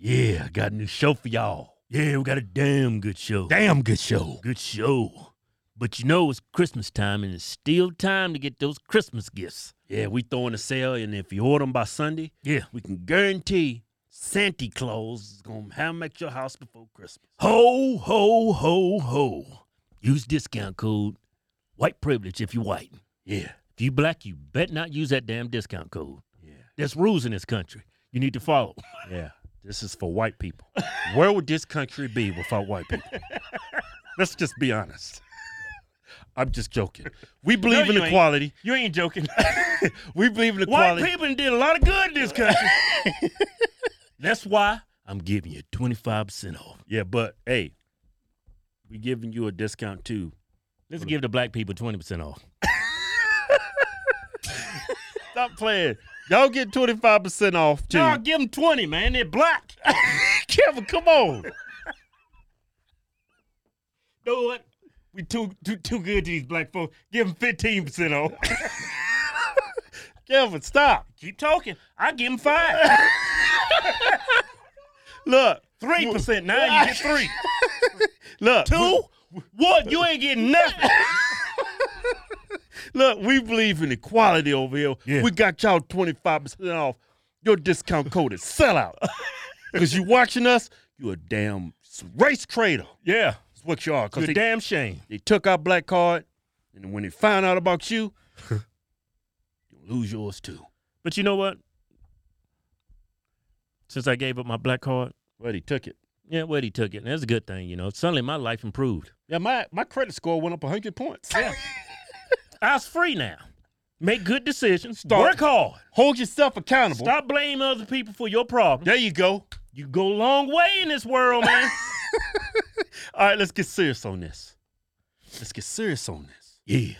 Yeah, got a new show for y'all. Yeah, we got a damn good show. Damn good show. Good show. But you know it's Christmas time and it's still time to get those Christmas gifts. Yeah, we throwing a sale, and if you order them by Sunday, Yeah. we can guarantee Santa Claus is gonna have 'em at your house before Christmas. Ho, ho, ho, ho. Use discount code White Privilege if you white. Yeah. If you black, you bet not use that damn discount code. Yeah. There's rules in this country. You need to follow. Yeah. This is for white people. Where would this country be without white people? Let's just be honest. I'm just joking. We believe you in ain't. equality. You ain't joking. We believe in White equality. people done did a lot of good in this country. That's why I'm giving you 25% off. Yeah, but hey, we giving you a discount too. Let's give the black people 20% off. Stop playing. Y'all get 25% off too. Y'all give them 20, man. They're black. Kevin, come on. you know what? We too too too good to these black folks. Give them 15% off. Kevin, stop. Keep talking. I give them five. Look, 3%. Now you get three. look. Two? What? You ain't getting nothing. Look, we believe in equality over here. Yeah. We got y'all 25% off. Your discount code is sellout. Because you watching us, you a damn race traitor. Yeah. That's what you are. Because It's a they, damn shame. they took our black card, and when they find out about you, you lose yours too. But you know what? Since I gave up my black card, But he took it. yeah, well, he took it. And that's a good thing, you know. Suddenly my life improved. Yeah, my, my credit score went up 100 points. I was free now. Make good decisions. Start- Work hard. Hold yourself accountable. Stop blaming other people for your problems. There you go. You go a long way in this world, man. All right, let's get serious on this. Let's get serious on this. yeah.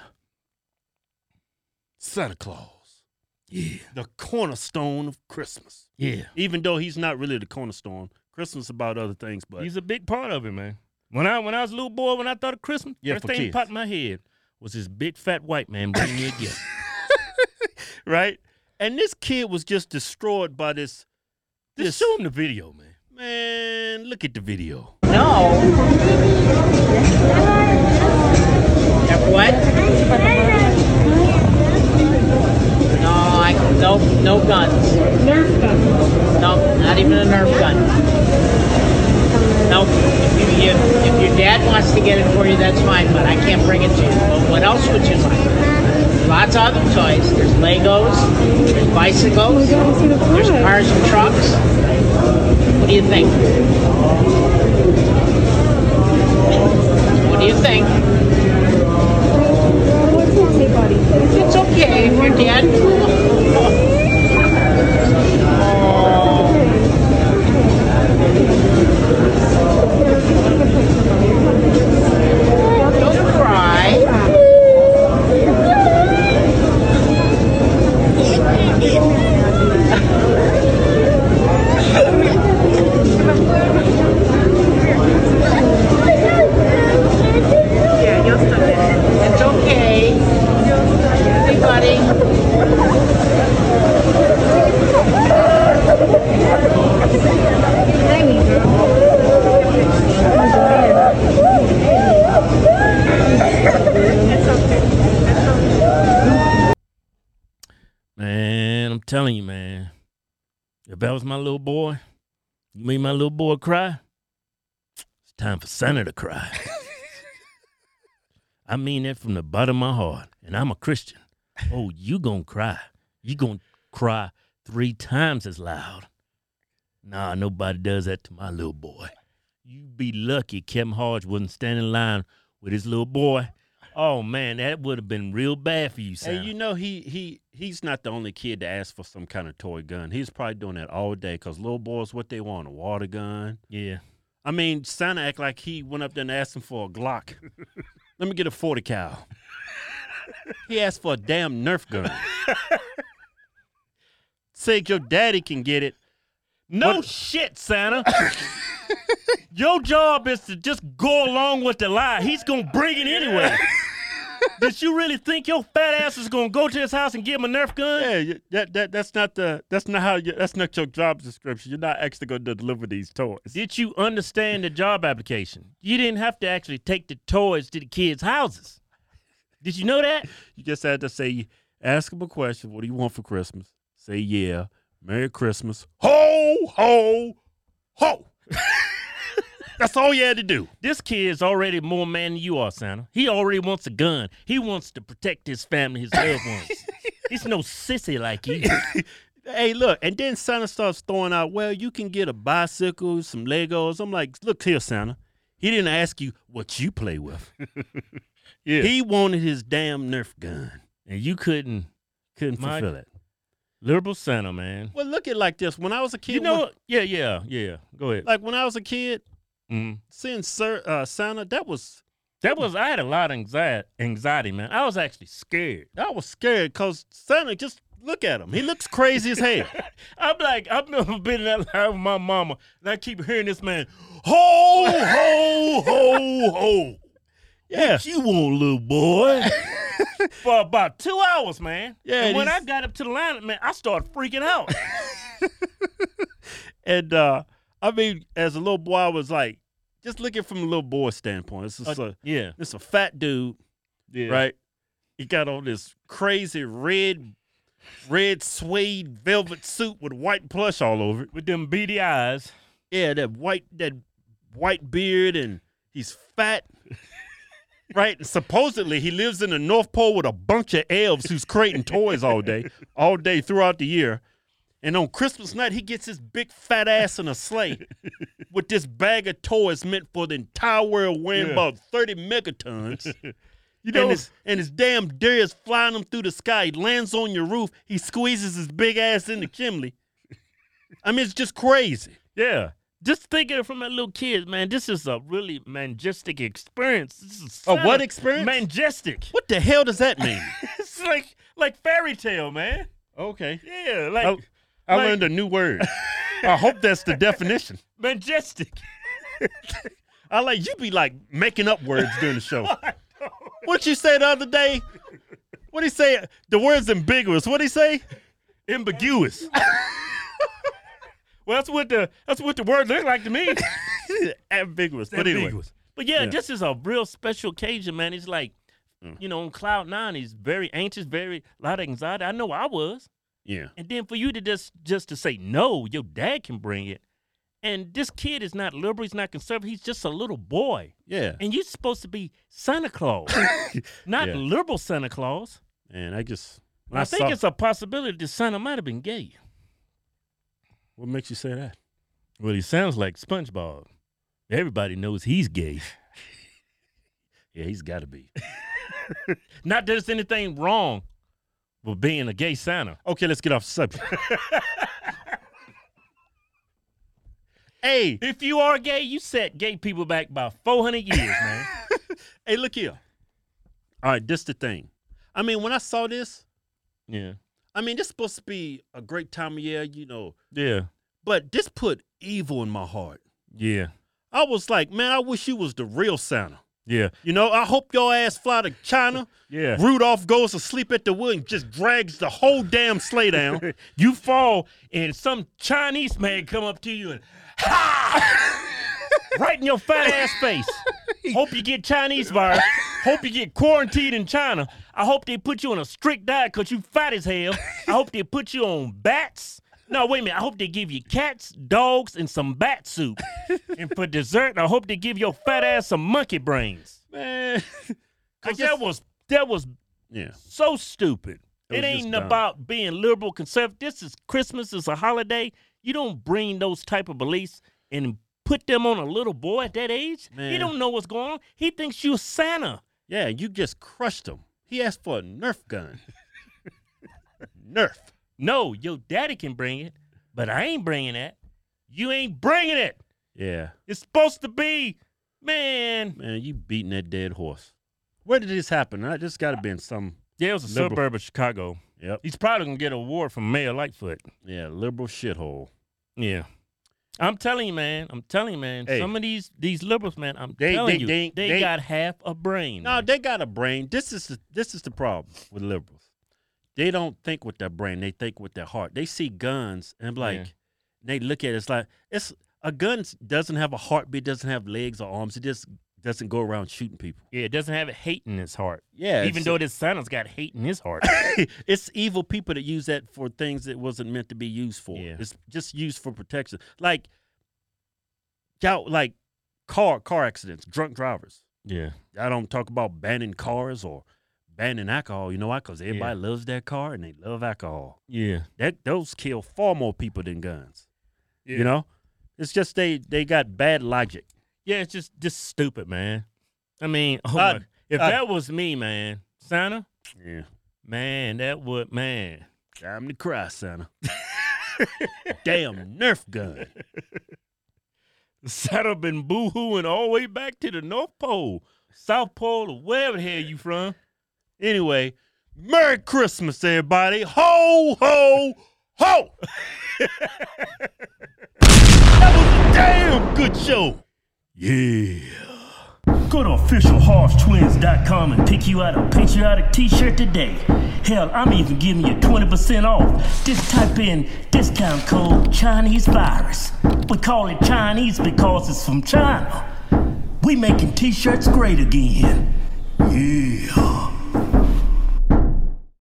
Santa Claus, Yeah. the cornerstone of Christmas. Yeah. even though he's not really the cornerstone. Christmas is about other things, but He's a big part of it, man. When I when I was a little boy, when I thought of Christmas, Yeah, first for thing that kids. popped in my head was this big fat white man bringing me a gift. right. And this kid was just destroyed by this. Just show him the video, man. Man, look at the video. No. At what? No, I no no guns. No, not even a Nerf gun. No, if you, you if your dad wants to get it for you, that's fine. But I can't bring it to you. But what else would you like? Lots of other toys. There's Legos. There's bicycles. There's cars and trucks. What do you think? What do you think? It's okay, your dad. Don't cry. It's okay. Everybody. Man, I'm telling you, man. If that was my little boy, you made my little boy cry. It's time for Santa to cry. I mean that from the bottom of my heart, and I'm a Christian. Oh, you gonna cry? You gonna cry three times as loud? Nah, nobody does that to my little boy. You be lucky Kevin Hodge wasn't standing in line with his little boy. Oh man, that would have been real bad for you, Santa. And you know he he he's not the only kid to ask for some kind of toy gun. He's probably doing that all day because little boys what they want a water gun. yeah. I mean, Santa act like he went up there and asked him for a Glock. Let me get a forty cal. he asked for a damn Nerf gun. Said your daddy can get it. No What- shit, Santa. Your job is to just go along with the lie. He's gonna bring it anyway. Did you really think your fat ass is gonna go to his house and give him a Nerf gun? Yeah, you- that, that that's not the that's not how you, that's not your job description. You're not actually going to deliver these toys. Did you understand the job application? You didn't have to actually take the toys to the kids' houses. Did you know that? You just had to say, ask them a question. What do you want for Christmas? Say yeah. Merry Christmas. Ho ho ho. that's all you had to do. This kid's already more man than you are, Santa. He already wants a gun. He wants to protect his family, his loved ones. He's no sissy like you. Hey, look, and then Santa starts throwing out, well, you can get a bicycle, some Legos. I'm like, look here, Santa. He didn't ask you what you play with. Yeah. He wanted his damn Nerf gun. and you couldn't Couldn't My- fulfill it. liberal Santa, man. Well, look at it like this. When I was a kid, You know when- what? Yeah, yeah, yeah. Go ahead. like when I was a kid, Mhm. seeing Sir uh, Santa, that was That was I had a lot of anxiety, anxiety, man. I was actually scared. I was scared because Santa just look at him. He looks crazy as hell. I'm like, I've never been in that line with my mama, and I keep hearing this man. ho Oh, ho ho ho. Yeah, You want little boy for about two hours, man. Yeah, And when these- I got up to the lineup, man, I started freaking out. and uh, I mean, as a little boy, I was like, just looking from a little boy standpoint. This is a yeah, this a fat dude, Uh, yeah. right? He got on this crazy red, red suede velvet suit with white plush all over it. With them beady eyes, Yeah, that white that white beard and he's fat. right? And supposedly he lives in the North Pole with a bunch of elves who's creating toys all day, all day throughout the year. And on Christmas night, he gets his big fat ass in a sleigh with this bag of toys meant for the entire world weighing Yeah. about 30 megatons. you and, his, and his damn deer is flying him through the sky. He lands on your roof. He squeezes his big ass in the chimney. I mean, it's just crazy. yeah. Just thinking from a little kid, man. This is a really majestic experience. This is A what Santa- experience? Majestic. What the hell does that mean? it's like like fairy tale, man. okay. Yeah, like I, I like- learned a new word. I hope that's the definition. majestic. I like you be like making up words during the show. what you say the other day? What he say? The word's ambiguous. What he say? ambiguous. well, that's what the that's what the word looked like to me. ambiguous. But anyway, ambiguous. But yeah, Yeah. this is a real special occasion, man. It's like, Mm. you know, on cloud nine, he's very anxious, very a lot of anxiety. I know I was, yeah, and then for you to just just to say no, your dad can bring it, and this kid is not liberal, he's not conservative, he's just a little boy, yeah. and you're supposed to be Santa Claus, not Yeah. liberal Santa Claus. And I just when I, I, think saw, it's a possibility that Santa might have been gay. what makes you say that? Well, he sounds like SpongeBob. Everybody knows he's gay. Yeah, he's got to be. Not that there's anything wrong with being a gay Santa. Okay, let's get off the subject. hey, If you are gay, you set gay people back by 400 years, man. hey, look here. All right, this the thing. I mean, when I saw this, yeah. I mean, this supposed to be a great time of year, you know, Yeah. but this put evil in my heart. Yeah. I was like, man, I wish you was the real Santa. Yeah. You know, I hope your ass fly to China. Yeah. Rudolph goes to sleep at the wood and just drags the whole damn sleigh down. You fall and some Chinese man come up to you and ha! right in your fat ass face. Hope you get Chinese virus. Hope you get quarantined in China. I hope they put you on a strict diet because you fat as hell. I hope they put you on bats. No, wait a minute. I hope they give you cats, dogs, and some bat soup. And for dessert, I hope they give your fat ass some monkey brains. man. I 'Cause guess- that was that was Yeah. so stupid. It It, was ain't just dumb. about being liberal, conservative. This is Christmas. It's a holiday. You don't bring those type of beliefs and put them on a little boy at that age. He Man. don't know what's going on. He thinks you're Santa. Yeah, you just crushed him. He asked for a Nerf gun. Nerf. No, your daddy can bring it, but I ain't bringing that. You ain't bringing it. Yeah. It's supposed to be, man. Man, you beating that dead horse. Where did this happen? I just got to been some. Yeah, it was a Liberal. suburb of Chicago. Yep. He's probably gonna get an award from Mayor Lightfoot. Yeah, liberal shithole. Yeah. I'm telling you, man. I'm telling you, man. Hey. Some of these these liberals, man. I'm They- telling they- you, they- they, they- got half a brain. No, man. they got a brain. This is the, this is the problem with liberals. They don't think with their brain. They think with their heart. They see guns and like Yeah. they look at it, it's like it's a gun doesn't have a heartbeat, doesn't have legs or arms. It just doesn't go around shooting people. yeah, it doesn't have hate in his heart. Yeah, Even it's- though this Santa's got hate in his heart. it's evil people that use that for things that wasn't meant to be used for. Yeah. It's just used for protection. Like y'all like car car accidents, drunk drivers. yeah. I don't talk about banning cars or banning alcohol. You know why? Because everybody loves their car and they love alcohol. Yeah. That those kill far more people than guns. Yeah. You know, it's just they they got bad logic. Yeah, it's just just stupid, man. I mean, oh Uh, my- if uh, that was me, man, Santa, Yeah, man, that would man. time to cry, Santa. Damn Nerf gun. Santa been boo-hooing all the way back to the North Pole, South Pole, or wherever the hell you from. Anyway, Merry Christmas, everybody. Ho, ho, ho. that was a damn good show. Yeah. Go to officialharvestwins.com and pick you out a patriotic t-shirt today. Hell, I'm even giving you 20% off. Just type in discount code Chinese virus. We call it Chinese because it's from China. We making t-shirts great again.